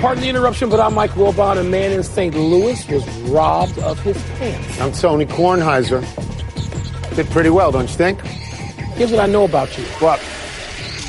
Pardon the interruption, but I'm Mike Wilbon. A man in St. Louis was robbed of his pants. I'm Tony Kornheiser. Did pretty well, don't you think? Here's what I know about you. What?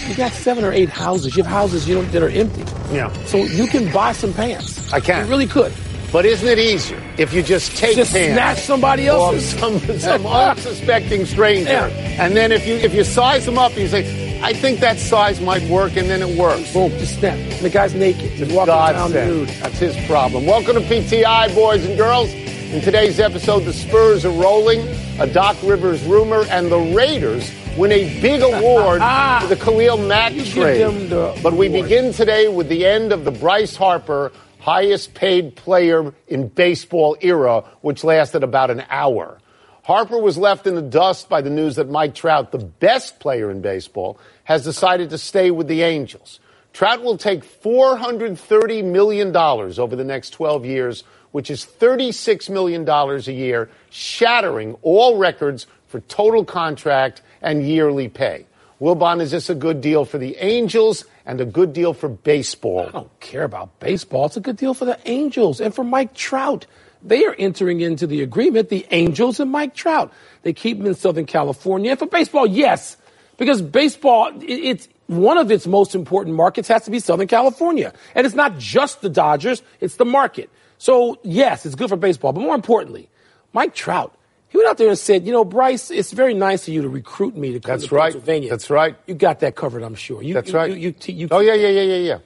You got seven or eight houses. You have houses you don't, that are empty. Yeah. So you can buy some pants. I can. You really could. But isn't it easier if you just take Just pants snatch somebody off else's. some, some unsuspecting stranger, Yeah. and then if you if you size them up, you say, "I think that size might work," and then it works. Boom, just snap. And the guy's naked. He's walking around Godsend. nude. That's his problem. Welcome to PTI, boys and girls. In today's episode, the Spurs are rolling, a Doc Rivers rumor, and the Raiders win a big award Ah. for the Khalil Mack You give trade. them the but we award. begin today with the end of the Bryce Harper highest paid player in baseball era, which lasted about an hour. Harper was left in the dust by the news that Mike Trout, the best player in baseball, has decided to stay with the Angels. Trout will take $430 million over the next 12 years, which is $36 million a year, shattering all records for total contract and yearly pay. Wilbon, is this a good deal for the Angels and a good deal for I baseball? don't care about baseball. It's a good deal for the Angels and for Mike Trout. They are entering into the agreement, the Angels and Mike Trout. They keep him in Southern California. And for baseball, yes, because baseball, it, it's one of its most important markets has to be Southern California. And it's not just the Dodgers, it's the market. So, yes, it's good for baseball. But more importantly, Mike Trout, he went out there and said, you know, Bryce, it's very nice of you to recruit me to come That's to right. Pennsylvania. That's right. You got that covered, I'm sure. You, That's you- right. You, you, you, oh, yeah, yeah, yeah, yeah, yeah.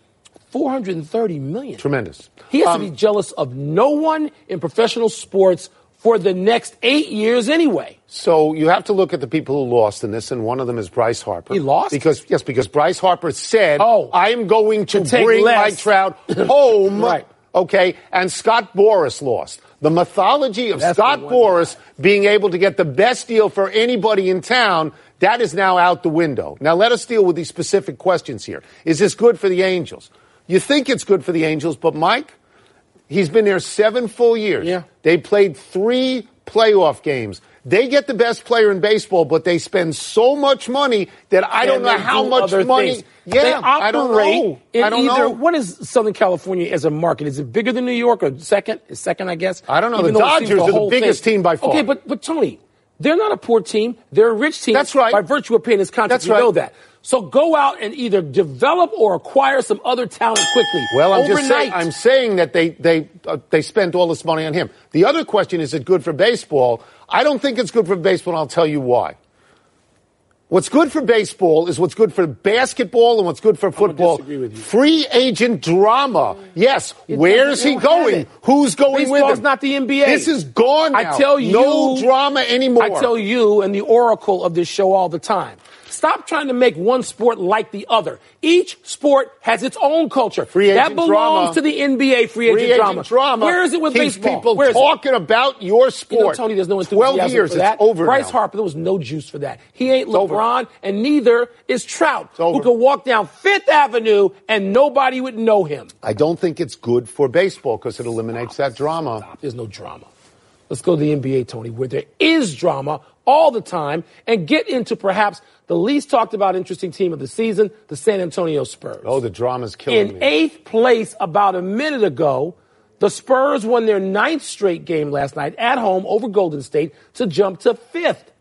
430 million. Tremendous. He has Um, to be jealous of no one in professional sports for the next eight years anyway. So you have to look at the people who lost in this, and one of them is Bryce Harper. He lost? because yes, because Bryce Harper said, Oh. I am going to To take bring less." Mike Trout home." Right. Okay, and Scott Boris lost. The mythology of That's the Scott one Boris being able to get the best deal for anybody in town, that is now out the window. Now let us deal with these specific questions here. Is this good for the Angels? You think it's good for the Angels, but Mike, He's been there seven full years. Yeah. They played three playoff games. They get the best player in baseball, but they spend so much money that I don't And know they how do much other money. things. Yeah, They I don't operate know. in I don't either, know. What is Southern California as a market? Is it bigger than New York or second? Is second, I guess. I don't know. Even The though it seems Dodgers are the whole biggest thing- team by far. Okay, but but Tony, they're not a poor team. They're a rich team. That's right. By virtue of paying this contract, That's you know right. that. So go out and either develop or acquire some other talent quickly. Well, I'm Overnight. just saying. I'm saying that they they uh, they spent all this money on him. The other question is: Is it good for baseball? I don't think it's good for baseball. and I'll tell you why. What's good for baseball is what's good for basketball and what's good for football. disagree with you. Free agent drama. Yes, It where's doesn't- he they don't have going? it. Who's going with Baseball's him? not the NBA. This is gone. I now. tell you, no drama anymore. I tell you, and the oracle of this show all the time. Stop trying to make one sport like the other. Each sport has its own culture. Free that agent belongs drama. to the NBA free agent, Free agent drama. Where is it with keeps baseball? people Where is it? talking about your sport. You know, Tony, there's no enthusiasm Twelve years. for that. It's over. Bryce now. Harper, there was no juice for that. He ain't over. LeBron, and neither is Trout, over. who could walk down Fifth Avenue and nobody would know him. I don't think it's good for baseball because it eliminates that drama. There's no drama. Let's go to the NBA, Tony, where there is drama all the time and get into perhaps the least talked about interesting team of the season, the San Antonio Spurs. Oh, the drama's killing In me. eighth place about a minute ago, the Spurs won their ninth straight game last night at home over Golden State to jump to fifth.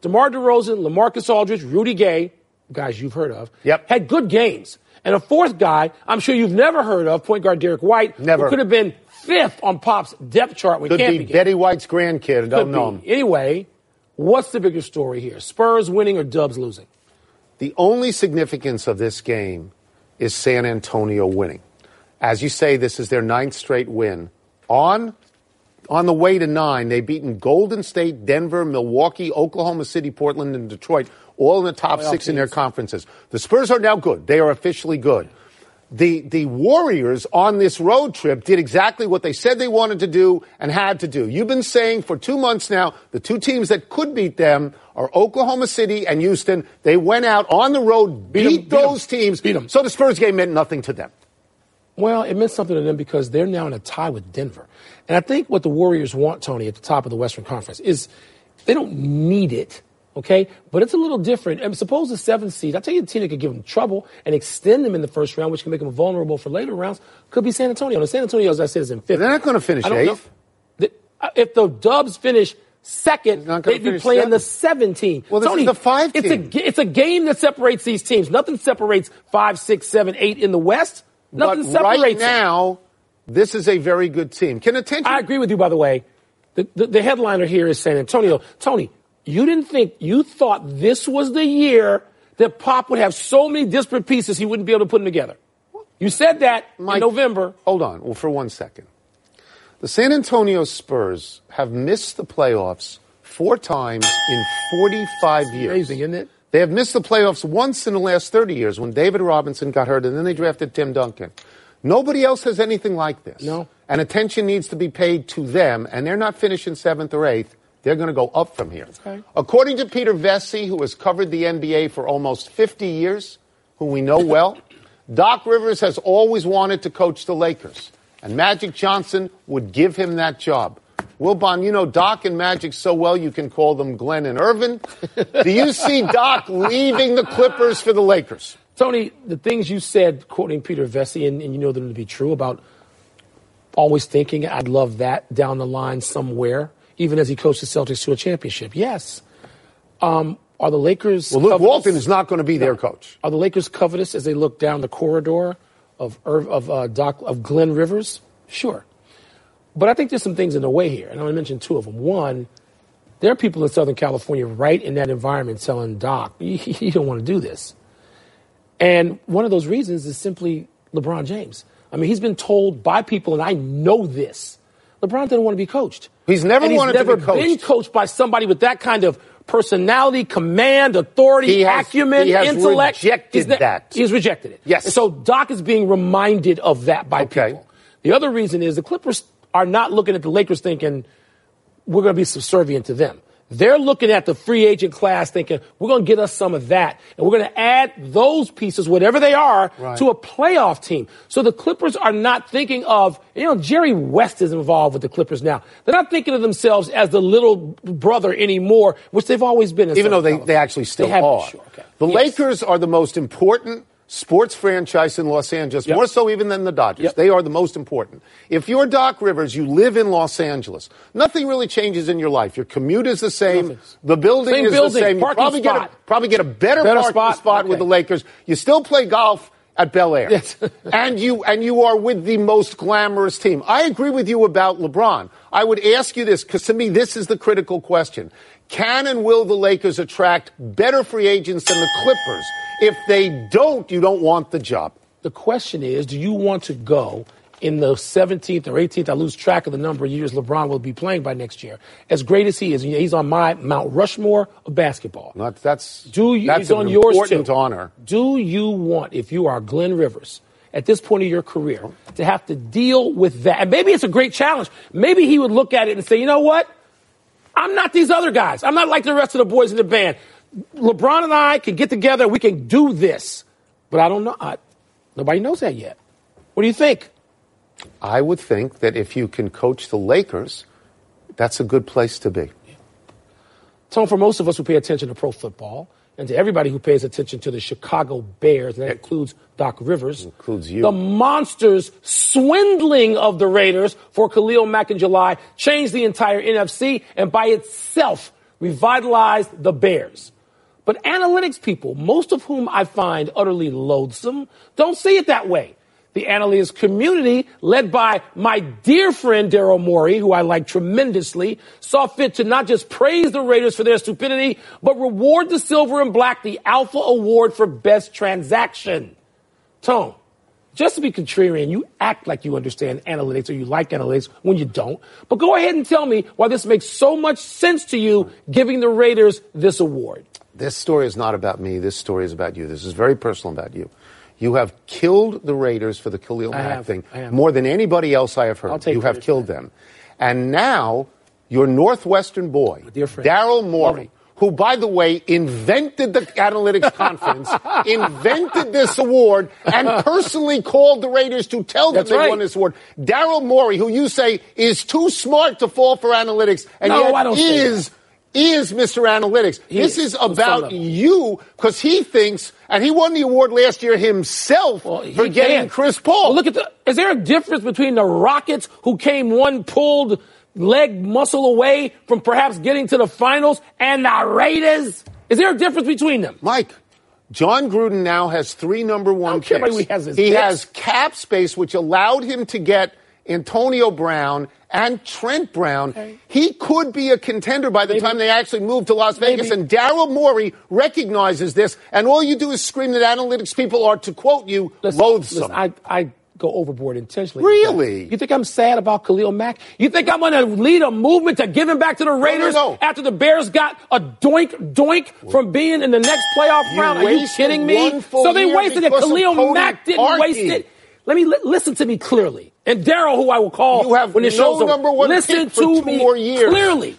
DeMar DeRozan, LaMarcus Aldridge, Rudy Gay, guys you've heard of, Yep. had good games. And a fourth guy, I'm sure you've never heard of, point guard Derek White, who Never. could have been fifth on Pop's depth chart when Could Camp be began. Betty White's grandkid. Oh, I Could don't know be. him. Anyway, what's the bigger story here? Spurs winning or Dubs losing? The only significance of this game is San Antonio winning. As you say, this is their ninth straight win. On on the way to nine, they've beaten Golden State, Denver, Milwaukee, Oklahoma City, Portland, and Detroit, all in the top Playoff six in their teams. conferences. The Spurs are now good. They are officially good. The, the Warriors on this road trip did exactly what they said they wanted to do and had to do. You've been saying for two months now the two teams that could beat them are Oklahoma City and Houston. They went out on the road, beat, 'em, beat 'em, those teams. beat 'em. So the Spurs game meant nothing to them. Well, it meant something to them because they're now in a tie with Denver. And I think what the Warriors want, Tony, at the top of the Western Conference is they don't need it, Okay, but it's a little different. And suppose the seventh seed, I tell you, Tina could give them trouble and extend them in the first round, which can make them vulnerable for later rounds. Could be San Antonio. Now, San Antonio, as I said, is in fifth. They're not going to finish I don't know- eighth. The- uh, if the Dubs finish second, not gonna they'd be finish playing the seventh. seventeen. Well, this is Tony, the five It's a team. ga- it's a game that separates these teams. Nothing separates five, six, seven, eight in the West. Nothing but separates right them. now, this is a very good team. Can attention? I agree with you, by the way. The, the, the headliner here is San Antonio. Tony, you didn't think, you thought this was the year that Pop would have so many disparate pieces he wouldn't be able to put them together. You said that Mike, in November. Hold on, well, for one second. The San Antonio Spurs have missed the playoffs four times in 45 years. Amazing, isn't it? They have missed the playoffs once in the last 30 years when David Robinson got hurt and then they drafted Tim Duncan. Nobody else has anything like this. No. And attention needs to be paid to them, and they're not finishing seventh or eighth. They're going to go up from here. Okay. According to Peter Vesey, who has covered the NBA for almost 50 years, who we know well, Doc Rivers has always wanted to coach the Lakers, and Magic Johnson would give him that job. Wilbon, you know Doc and Magic so well you can call them Glenn and Irvin. Do you see Doc leaving the Clippers for the Lakers? Tony, the things you said, quoting Peter Vesey, and, and you know them to be true about always thinking I'd love that down the line somewhere, even as he coached the Celtics to a championship. Yes. Um, are the Lakers. Well, Luke covetous? Walton is not going to be their coach. Are the Lakers covetous as they look down the corridor of Irv, of uh, Doc of Glenn Rivers? Sure, but I think there's some things in the way here, and I'm going to mention two of them. One, there are people in Southern California right in that environment telling Doc, "You, you don't want to do this," and one of those reasons is simply LeBron James. I mean, he's been told by people, and I know this. LeBron didn't want to be coached. He's never And he's wanted to never be coached. Been coached by somebody with that kind of personality, command, authority, He has- acumen, he has intellect. rejected He's ne- that. He's rejected it. Yes. And so Doc is being reminded of that by Okay. people. The other reason is the Clippers are not looking at the Lakers thinking we're going to be subservient to them. They're looking at the free agent class thinking we're going to get us some of that and we're going to add those pieces, whatever they are, Right. to a playoff team. So the Clippers are not thinking of, you know, Jerry West is involved with the Clippers now. They're not thinking of themselves as the little brother anymore, which they've always been. in even though Southern they, California. they actually still have- are. sure, okay. The Yes. Lakers are the most important sports franchise in Los Angeles, Yep. more so even than the Dodgers. Yep. They are the most important. If you're Doc Rivers, you live in Los Angeles. Nothing really changes in your life. Your commute is the same. Nothing. The building Same is building, the same. You parking probably get spot. a, probably get a better, Better parking spot, spot, with okay. the Lakers. You still play golf at Bel Air. Yes. and you and you are with the most glamorous team. I agree with you about LeBron. I would ask you this because to me this is the critical question: Can and will the Lakers attract better free agents than the Clippers? If they don't, you don't want the job. The question is, do you want to go in the 17th or 18th? I lose track of the number of years LeBron will be playing by next year. As great as he is, and he's on my Mount Rushmore of basketball. Not- that's Do you, that's he's an on yours important too. honor. Do you want, if you are Glenn Rivers, at this point in your career, to have to deal with that? And maybe it's a great challenge. Maybe he would look at it and say, you know what? I'm not these other guys. I'm not like the rest of the boys in the band. LeBron and I can get together. We can do this. But I don't know. I, nobody knows that yet. What do you think? I would think that if you can coach the Lakers, that's a good place to be. Tone for most of us who pay attention to pro football and to everybody who pays attention to the Chicago Bears, and that includes Doc Rivers. Includes you. The monsters swindling of the Raiders for Khalil Mack in July changed the entire NFC and by itself revitalized the Bears. But analytics people, most of whom I find utterly loathsome, don't see it that way. The analytics community, led by my dear friend Daryl Morey, who I like tremendously, saw fit to not just praise the Raiders for their stupidity, but reward the Silver and Black the Alpha Award for Best Transaction. Tone, just to be contrarian, you act like you understand analytics or you like analytics when you don't. But go ahead and tell me why this makes so much sense to you giving the Raiders this award. this story is not about me. This story is about you. This is very personal about you. You have killed the Raiders for the Khalil Mack have. thing I have. more than anybody else I have heard. I'll take you have credit for killed them. And now your Northwestern boy, dear friend. Daryl Love Morey, him. who, by the way, invented the analytics conference, invented this award, and personally called the Raiders to tell them That's they right. won this award. Daryl Morey, who you say is too smart to fall for analytics, and No, yet I don't say is is Mr. Analytics. He this is, is to some about level. you because he thinks, and he won the award last year himself Well, he for getting can. Chris Paul. Well, look at the. Is there a difference between the Rockets, who came one pulled leg muscle away from perhaps getting to the finals, and the Raiders? Is there a difference between them? Mike, John Gruden now has three number one care picks. about who he has his picks. has cap space, which allowed him to get Antonio Brown and Trent Brown. Okay. He could be a contender by the time they actually move to Las Vegas. Maybe. And Daryl Morey recognizes this, and all you do is scream that analytics people are, to quote you, Listen, loathsome. listen, I, I go overboard intentionally. Really? You think I'm sad about Khalil Mack? You think I'm going to lead a movement to give him back to the Raiders no. after the Bears got a doink doink from being in the next playoff You round? Are you wasted kidding me? one full So they year wasted it. because of Khalil Cody Mack didn't Parkey. waste it. Let me li- listen to me clearly. And Daryl, who I will call You have when this no show's over, number one listen pick for to two me more years. clearly.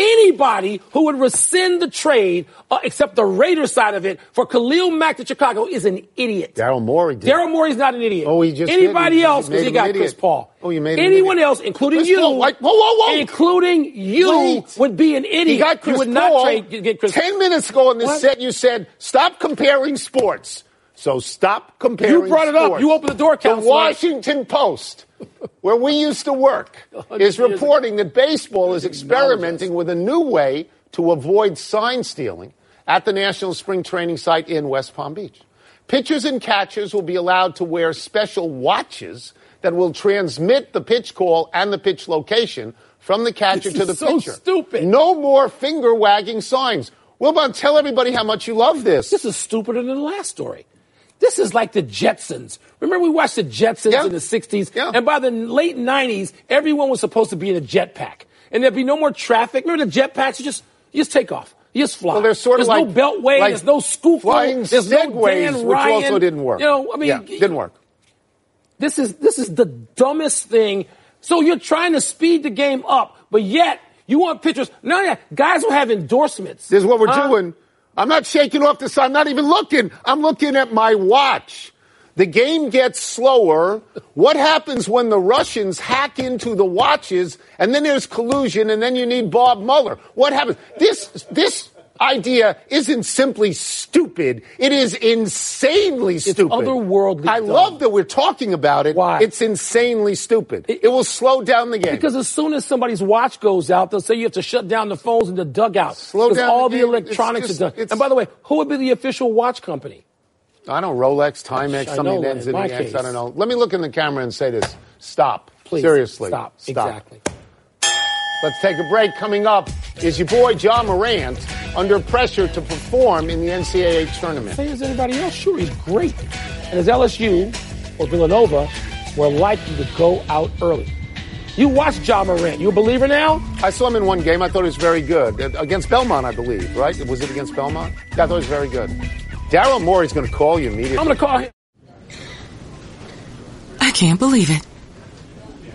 Anybody who would rescind the trade, uh, except the Raiders side of it, for Khalil Mack to Chicago is an idiot. Daryl Morey did. Daryl Morey's not an idiot. Oh, he just anybody did. He else just because made he him got an idiot. Chris Paul. Oh, you made him an anyone idiot. else, including Chris you, Paul, like- whoa, whoa, whoa. including you, Wait. would be an idiot. He got Chris you would Paul. not trade get- get Chris. Ten minutes ago on this What? set, you said stop comparing sports. So stop comparing. You brought it up. sports. You opened the door, The counselor. Washington Post, where we used to work, Oh, years is ago. reporting that baseball is experimenting with a new way to avoid sign stealing at the National Spring Training site in West Palm Beach. Pitchers and catchers will be allowed to wear special watches that will transmit the pitch call and the pitch location from the catcher This to is the so pitcher. stupid. No more finger wagging signs. Wilbon, tell everybody how much you love this. This is stupider than the last story. This is like the Jetsons. Remember, we watched the Jetsons Yeah. in the 60s? Yeah. And by the late 90s, everyone was supposed to be in a jetpack. And there'd be no more traffic. Remember the jetpacks? You just, you just take off. You just fly. Well, they're sort of there's like- no beltway. like there's no scoop. flying There's no segways, Dan which Ryan. also didn't work. You know, I mean, yeah, didn't work. This is this is the dumbest thing. So you're trying to speed the game up, but yet you want pitchers. No, yeah, guys will have endorsements. This is what we're Huh? doing. I'm not shaking off the sun. I'm not even looking. I'm looking at my watch. The game gets slower. What happens when the Russians hack into the watches and then there's collusion and then you need Bob Mueller? What happens? This, this idea isn't simply stupid. It is insanely stupid. otherworldly I dumb. love that we're talking about it. Why? It's insanely stupid. It, will slow down the game. Because as soon as somebody's watch goes out, they'll say you have to shut down the phones in the dugout. Slow Because down all the the game. It's electronics just- are done. it's- And by the way, who would be the official watch company? I don't know, Rolex, Timex, I something know, that ends in in my X. case. I don't know. Let me look in the camera and say this. Stop. Please. Seriously. Stop. Exactly. Let's take a break. Coming up is your boy John Morant under pressure to perform in the NCAA tournament. Say, is anybody else? Sure, he's great. And as LSU or Villanova were likely to go out early. You watch John Morant. You a believer now? I saw him in one game. I thought he was very good. Uh, Against Belmont, I believe, right? Was it against Belmont? Yeah, I thought he was very good. Daryl Morey's going to call you immediately. I'm going to call him. I can't believe it.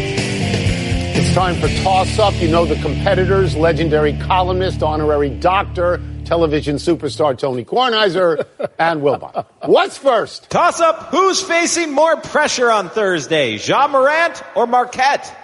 It's time for Toss Up. You know the competitors, legendary columnist, honorary doctor, television superstar Tony Kornheiser, and Wilbon. What's first? Toss up who's facing more pressure on Thursday, Jean Morant or Marquette?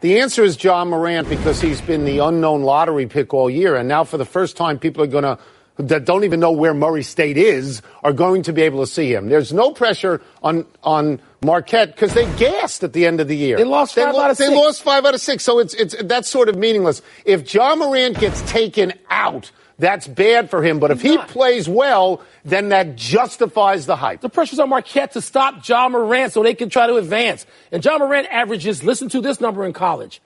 The answer is John Morant because he's been the unknown lottery pick all year. And now for the first time, people are going to, that don't even know where Murray State is, are going to be able to see him. There's no pressure on, on Marquette because they gassed at the end of the year. They lost five out of they six. lost five out of six. So it's, it's, that's sort of meaningless. If John Morant gets taken out, that's bad for him. But if he not. plays well, then that justifies the hype. The pressure's on Marquette to stop John Morant so they can try to advance. And John Morant averages, listen to this number in college,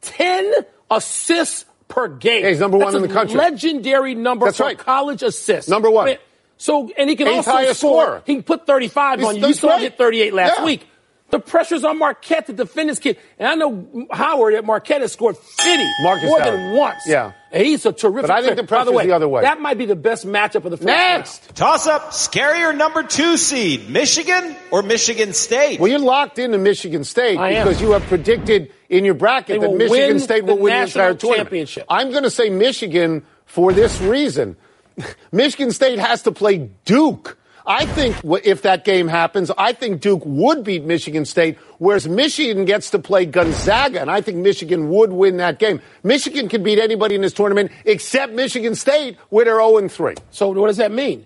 10 assists per game. Yeah, he's number one That's in a the country. Legendary number That's for right. college assists. Number one. I mean, so, and he can Eighth also highest score. scorer. He can put 35 He's- on you. You that's saw him right. hit 38 last Yeah. week. The pressure's on Marquette to defend this kid. And I know Howard at Marquette has scored 50 Marcus more Howard. than once. Yeah. He's a terrific. But I think player. the By pressure's the, way, the other way. That might be the best matchup of the first Next! Toss up, scarier number two seed, Michigan or Michigan State? Well, you're locked into Michigan State I am. because you have predicted in your bracket They that will Michigan win State the will win the national entire tournament. championship. I'm going to say Michigan for this reason. Michigan State has to play Duke. I think w- if that game happens, I think Duke would beat Michigan State, whereas Michigan gets to play Gonzaga, and I think Michigan would win that game. Michigan can beat anybody in this tournament except Michigan State, where they're 0 3 round. So what does that mean?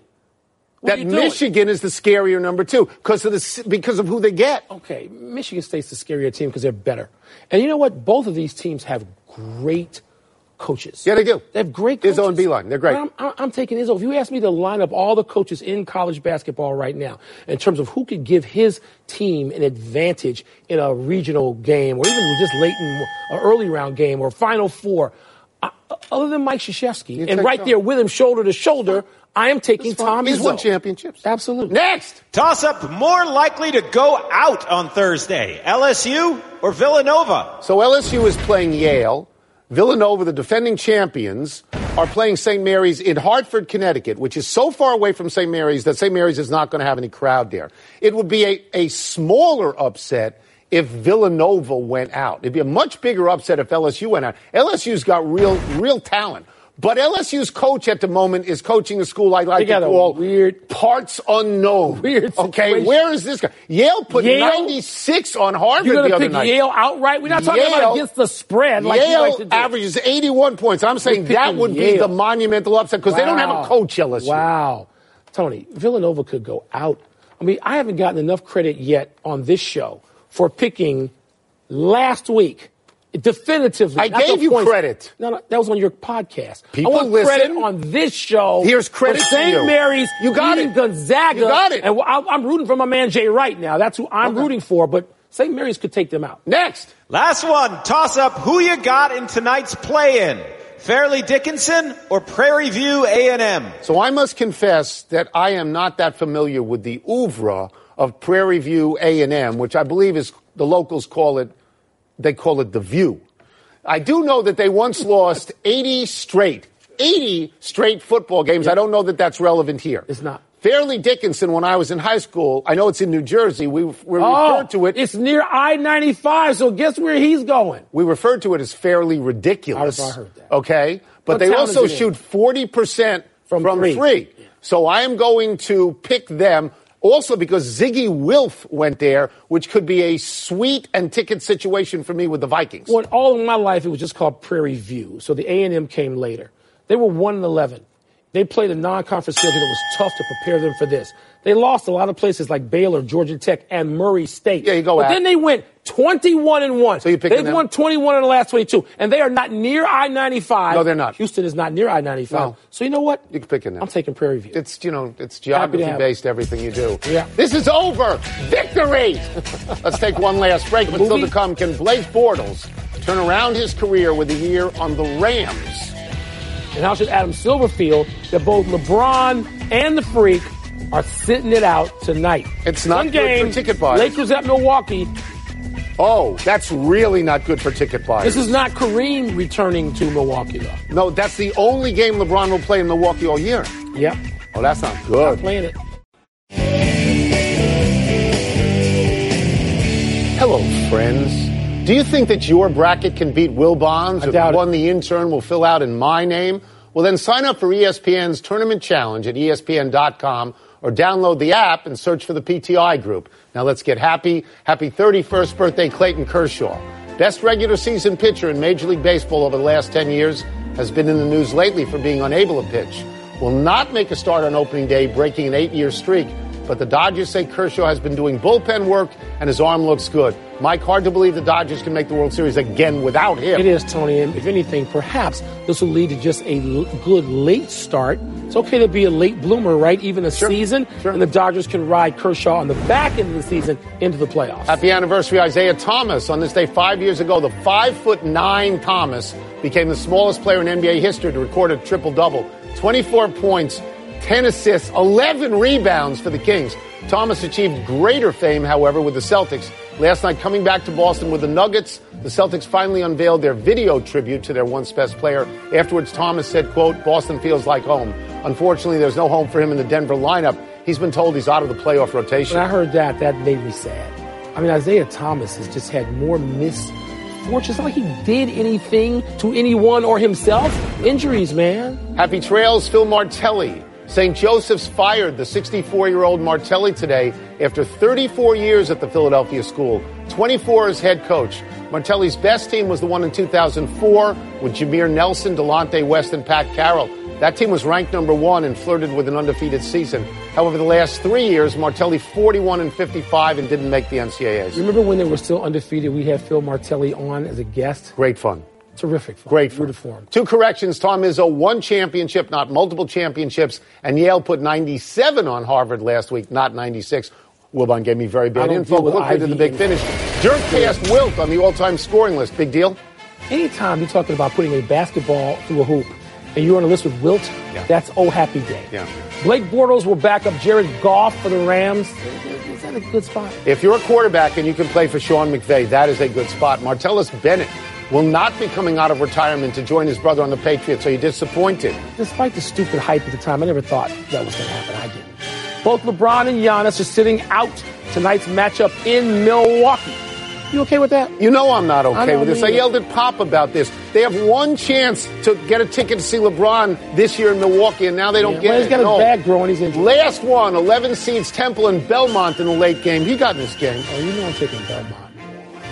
What are that you doing? Michigan is the scarier number two because of the s- because of who they get. Okay, Michigan State's the scarier team because they're better. And you know what? Both of these teams have great coaches. Yeah, they do. They have great Izzo coaches. and Beilein, they're great. But I'm, I'm- I'm taking Izzo. If you ask me to line up all the coaches in college basketball right now in terms of who could give his team an advantage in a regional game or even just late in an early round game or Final Four, I, other than Mike Krzyzewski, and take right Tom. there with him shoulder to shoulder, I am taking That's fine. Tom He's Izzo. won championships. Absolutely. Next, Toss up, more likely to go out on Thursday, LSU or Villanova? so LSU is playing Yale. Villanova, the defending champions, are playing St. Mary's in Hartford, Connecticut, which is so far away from St. Mary's that St. Mary's is not going to have any crowd there. It would be a, a smaller upset if Villanova went out. It'd be a much bigger upset if LSU went out. LSU's got real, real talent. But LSU's coach at the moment is coaching a school I like They got to a call weird- parts unknown. Weird Okay, situation. where is this guy? Yale put Yale? 96 on Harvard You're the going to other pick night. Yale outright? We're not talking Yale- about against the spread like you like Yale to do. averages 81 points. I'm saying picking that would be Yale. the monumental upset because they don't have Wow. a coach, LSU. Wow. Tony, Villanova could go out. I mean, I haven't gotten enough credit yet on this show for picking last week. Definitively. I not gave the you points. credit. No, no, that was on your podcast. People I want listen. credit on this show. Here's credit for to St. you. Mary's. You got beating it. Gonzaga. You got it. And I- I'm rooting for my man Jay Wright now. That's who I'm rooting for. But St. Mary's could take them out. Next. Last one, toss up, who you got in tonight's play-in? Fairleigh Dickinson or Prairie View A&M? So I must confess that I am not that familiar with the oeuvre of Prairie View A&M, which I believe is the locals call it, they call it the view. I do know that they once lost 80 straight, 80 straight football games. I don't know that that's relevant here. It's not. Fairleigh Dickinson, when I was in high school, I know it's in New Jersey. We, we referred to it. Oh, It's near I 95, so guess where he's going? We referred to it as fairly ridiculous. I- I heard that. Okay, but What they town also is it in? shoot forty percent From from, three. three. So I am going to pick them. Also, because Ziggy Wilf went there, which could be a sweet and ticket situation for me with the Vikings. Well, all of my life, it was just called Prairie View. So the A and M came later. They were one and eleven. They played a non-conference schedule that was tough to prepare them for this. They lost a lot of places like Baylor, Georgia Tech, and Murray State. Yeah, you go But at- then they went twenty-one and one. So you're picking They've them? won twenty-one in the last twenty-two, and they are not near I ninety-five. No, they're not. Houston is not near I ninety-five. No. So you know what? You can pick it now. I'm taking Prairie View. It's you know it's Happy to geography have based everything you do. Yeah. This is over. Victory. Let's take one last break. But still movie? to come, can Blake Bortles turn around his career with a year on the Rams? and how should Adam Silverfield that both LeBron and the Freak are sitting it out tonight. It's not One good for game, ticket buyers. Lakers at Milwaukee. Oh, that's really not good for ticket buyers. This is not Kareem returning to Milwaukee though. No, that's the only game LeBron will play in Milwaukee all year. Yep, Oh, that's not good. playing it. Hello, friends. Do you think that your bracket can beat Will Bonds? I or doubt the it. one the intern will fill out in my name? Well, then sign up for E ESPN's Tournament Challenge at E ESPN.com or download the app and search for the PTI group. Now let's get happy. Happy 31st birthday, Clayton Kershaw. Best regular season pitcher in Major League Baseball over the last 10 years has been in the news lately for being unable to pitch. Will not make a start on opening day, breaking an eight year streak. But the Dodgers say Kershaw has been doing bullpen work and his arm looks good. Mike, hard to believe the Dodgers can make the World Series again without him. It is Tony, and if anything, perhaps this will lead to just a l- good late start. It's okay to be a late bloomer, right? Even a season, sure. and the Dodgers can ride Kershaw on the back end of the season into the playoffs. Happy anniversary, Isaiah Thomas. On this day five years ago, the five foot nine Thomas became the smallest player in NBA history to record a triple double. 24 points, 10 assists, 11 rebounds for the Kings. Thomas achieved greater fame, however, with the Celtics, Last night, coming back to Boston with the Nuggets, the Celtics finally unveiled their video tribute to their once best player. Afterwards, Thomas said, quote, Boston feels like home. Unfortunately, there's no home for him in the Denver lineup. He's been told he's out of the playoff rotation. When I heard that, that made me sad. I mean, Isaiah Thomas has just had more misfortunes. It's not like he did anything to anyone or himself. Injuries, man. Happy trails, Phil Martelli. St. Joseph's fired the 64 year old Martelli today after 34 years at the Philadelphia school, 24 as head coach. Martelli's best team was the one in 2004 with Jameer Nelson, Delonte West, and Pat Carroll. That team was ranked number one and flirted with an undefeated season. However, the last three years, Martelli 41 and 55 and didn't make the NCAAs. Remember when they were still undefeated? We had Phil Martelli on as a guest. Great fun. Terrific. Fun. Great Rooted for him. Two corrections. Tom Izzo won championship, not multiple championships, and Yale put 97 on Harvard last week, not 96. Wilbon gave me very I bad don't info. deal with We'll get to the IV big finish. Dirk passed Wilt on the all-time scoring list. Big deal. Anytime you're talking about putting a basketball through a hoop and you're on a list with Wilt, Yeah. that's oh happy day. Yeah. Blake Bortles will back up Jared Goff for the Rams. Is that a good spot? If you're a quarterback and you can play for Sean McVay, that is a good spot. Martellus Bennett will not be coming out of retirement to join his brother on the Patriots. Are you disappointed? Despite the stupid hype at the time, I never thought that was going to happen. I didn't. Both LeBron and Giannis are sitting out tonight's matchup in Milwaukee. You okay with that? You know I'm not I okay know with this. me I either. yelled at Pop about this. They have one chance to get a ticket to see LeBron this year in Milwaukee, and now they don't get well, it. he's got No. his bag growing. He's injured. Last one, 11 seeds, Temple and Belmont in the late game. You got this game. Oh, you know I'm taking Belmont.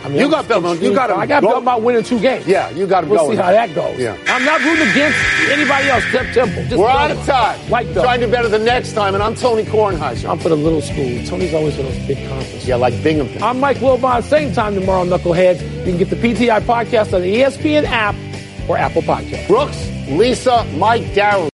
I mean, You I'm got Belmont. You got him I got going. Belmont winning two games. Yeah, you got him We'll going. see how that goes. Yeah. I'm not rooting against anybody else. Step Temple. Just We're out of Belmont. time. White belt. Trying to do better the next time, and I'm Tony Kornheiser. I'm for the little school. Tony's always for those big conferences. yeah, like Binghamton. I'm Mike Wilbon. Same time tomorrow, Knuckleheads. You can get the E PTI podcast on the ESPN app or Apple Podcast. Brooks, Lisa, Mike, Darrell.